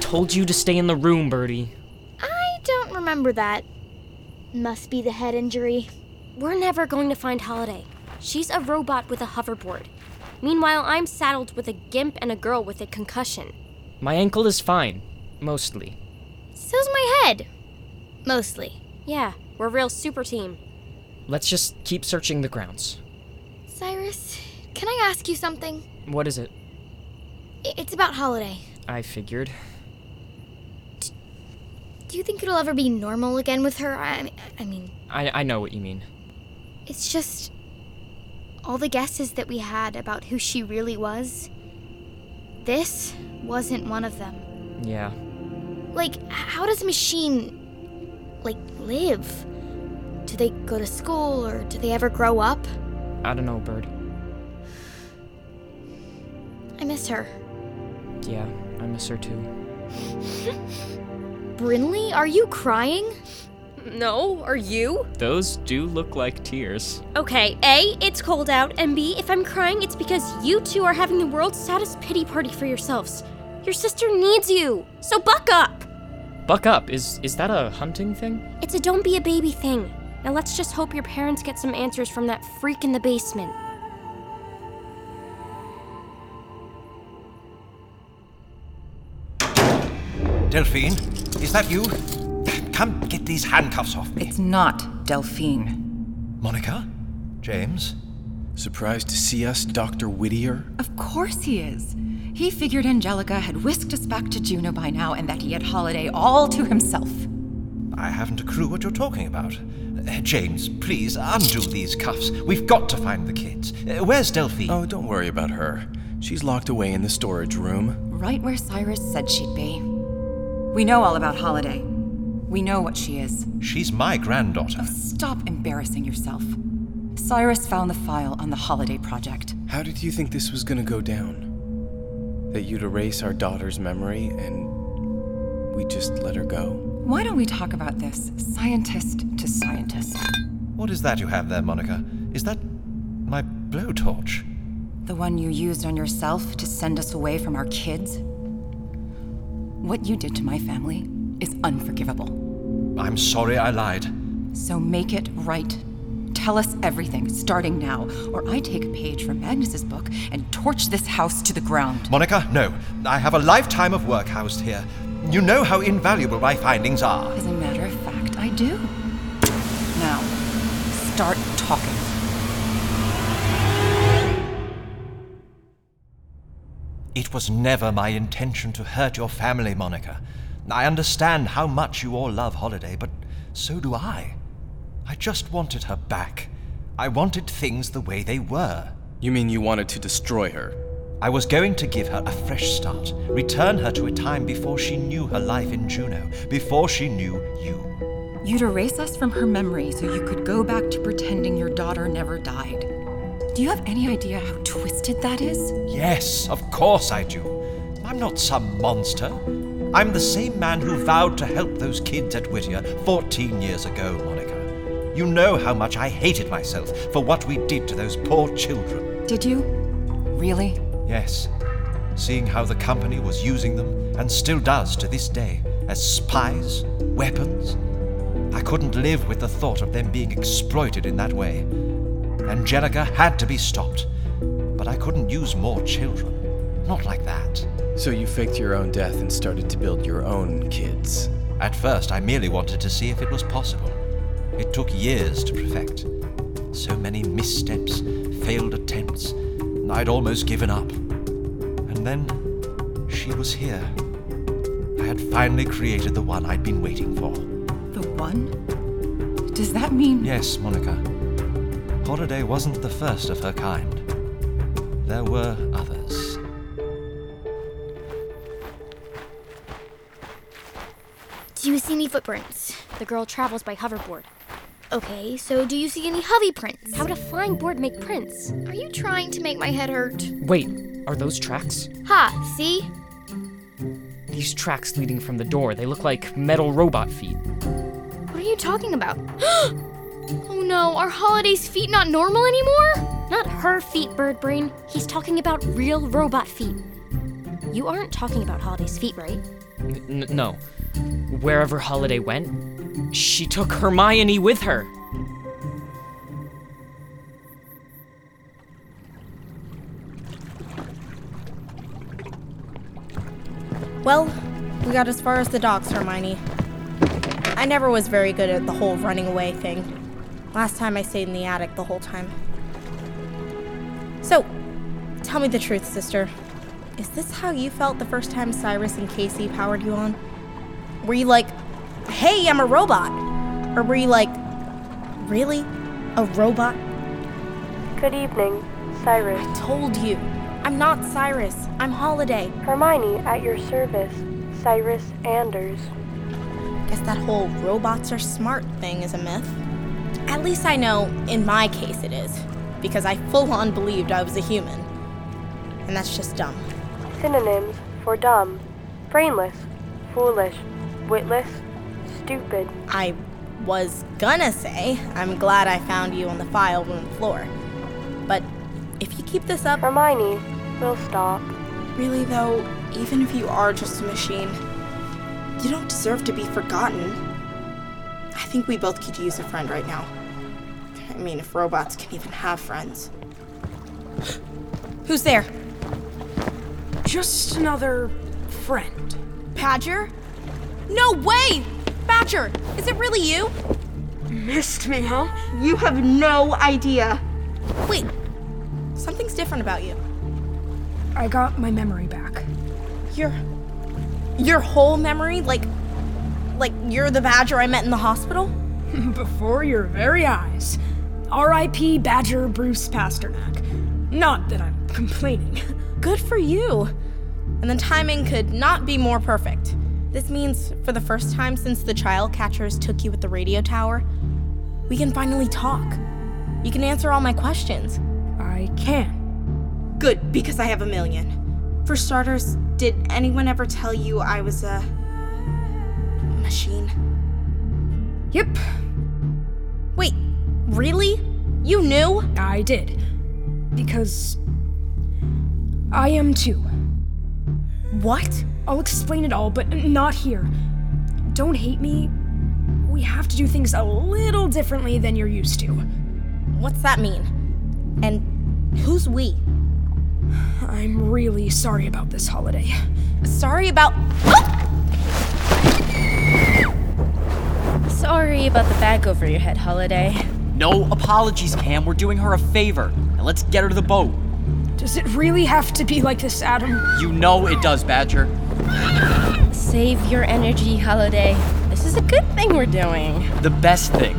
told you to stay in the room, Birdie. I don't remember that. Must be the head injury. We're never going to find Holiday. She's a robot with a hoverboard. Meanwhile, I'm saddled with a gimp and a girl with a concussion. My ankle is fine, mostly. So's my head. Mostly. Yeah, we're real super team. Let's just keep searching the grounds. Cyrus, can I ask you something? What is it? I- It's about Holiday. I figured. Do you think it'll ever be normal again with her? I mean, I mean, I, I know what you mean. it's just all the guesses that we had about who she really was. This wasn't one of them. Yeah. Like, h- how does a machine, like, live? Do they go to school or do they ever grow up? I don't know, Bird. I miss her. Yeah, I miss her too. Brinley, are you crying? No, are you? Those do look like tears. Okay, A, it's cold out, and B, if I'm crying, it's because you two are having the world's saddest pity party for yourselves. Your sister needs you, so buck up! Buck up. Is is that a hunting thing? It's a don't be a baby thing. Now let's just hope your parents get some answers from that freak in the basement. Delphine, is that you? Come get these handcuffs off me. It's not Delphine. Monica? James? Surprised to see us, Dr. Whittier? Of course he is. He figured Angelica had whisked us back to Juno by now and that he had Holiday all to himself. I haven't a clue what you're talking about. Uh, James, please undo these cuffs. We've got to find the kids. Uh, where's Delphine? Oh, don't worry about her. She's locked away in the storage room. Right where Cyrus said she'd be. We know all about Holiday. We know what she is. She's my granddaughter. Stop embarrassing yourself. Cyrus found the file on the Holiday Project. How did you think this was gonna go down? That you'd erase our daughter's memory and we just let her go? Why don't we talk about this scientist to scientist? What is that you have there, Monica? Is that my blowtorch? The one you used on yourself to send us away from our kids? What you did to my family is unforgivable. I'm sorry I lied. So make it right. Tell us everything, starting now, or I take a page from Magnus's book and torch this house to the ground. Monica, no. I have a lifetime of work housed here. You know how invaluable my findings are. As a matter of fact, I do. Now, start talking. It was never my intention to hurt your family, Monica. I understand how much you all love Holiday, but so do I. I just wanted her back. I wanted things the way they were. You mean you wanted to destroy her? I was going to give her a fresh start, return her to a time before she knew her life in Juno, before she knew you. You'd erase us from her memory so you could go back to pretending your daughter never died. Do you have any idea how twisted that is? Yes, of course I do. I'm not some monster. I'm the same man who vowed to help those kids at Whittier 14 years ago, Monica. You know how much I hated myself for what we did to those poor children. Did you? Really? Yes, seeing how the company was using them, and still does to this day, as spies, weapons. I couldn't live with the thought of them being exploited in that way. Angelica had to be stopped, but I couldn't use more children. Not like that. So you faked your own death and started to build your own kids. At first, I merely wanted to see if it was possible. It took years to perfect. So many missteps, failed attempts, and I'd almost given up. And then she was here. I had finally created the one I'd been waiting for. The one? Does that mean. Yes, Monica. Holiday wasn't the first of her kind. There were others. Do you see any footprints? The girl travels by hoverboard. Okay, so do you see any hovey prints? How would a flying board make prints? Are you trying to make my head hurt? Wait, are those tracks? Ha, see? These tracks leading from the door, they look like metal robot feet. What are you talking about? oh no, are Holiday's feet not normal anymore? Not her feet, bird brain. He's talking about real robot feet. You aren't talking about Holiday's feet, right? N- no. Wherever Holiday went, she took Hermione with her. Well, we got as far as the docks, Hermione. I never was very good at the whole running away thing. Last time I stayed in the attic the whole time. So, tell me the truth, sister. Is this how you felt the first time Cyrus and Casey powered you on? Were you like, hey, I'm a robot? Or were you like, really? A robot? Good evening, Cyrus. I told you. I'm not Cyrus. I'm Holiday. Hermione at your service, Cyrus Anders. Guess that whole robots are smart thing is a myth. At least I know in my case it is, because I full on believed I was a human. And that's just dumb. Synonyms for dumb, brainless, foolish, witless, stupid. I was gonna say, I'm glad I found you on the file room floor. But if you keep this up, Hermione will stop. really though, even if you are just a machine, you don't deserve to be forgotten. I think we both could use a friend right now. I mean, if robots can even have friends. Who's there? Just another friend. Badger? No way! Badger, is it really you? Missed me, huh? You have no idea. Wait, something's different about you. I got my memory back. Your your whole memory, like like you're the Badger I met in the hospital? Before your very eyes. R.I.P. Badger Bruce Pasternak. Not that I'm complaining. Good for you. And the timing could not be more perfect. This means for the first time since the child catchers took you at the radio tower, we can finally talk. You can answer all my questions. I can. Good, because I have a million. For starters, did anyone ever tell you I was a machine? Yep, Wait, really? You knew? I did. Because. I am too. What? I'll explain it all, but not here. Don't hate me. We have to do things a little differently than you're used to. What's that mean? And who's we? I'm really sorry about this holiday. Sorry about. Sorry about the bag over your head, Holiday. No apologies, Pam. We're doing her a favor. And let's get her to the boat. Does it really have to be like this, Adam? You know it does, Badger. Save your energy, Holiday. This is a good thing we're doing. The best thing.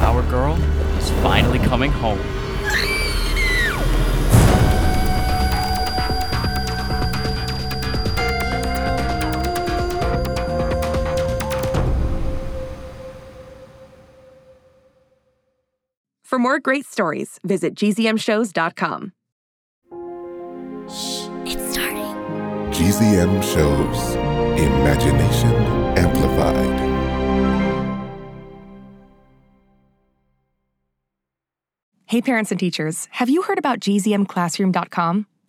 Our girl is finally coming home. For more great stories, visit gzmshows.com. It's starting. GZM shows Imagination Amplified. Hey, parents and teachers, have you heard about gzmclassroom.com?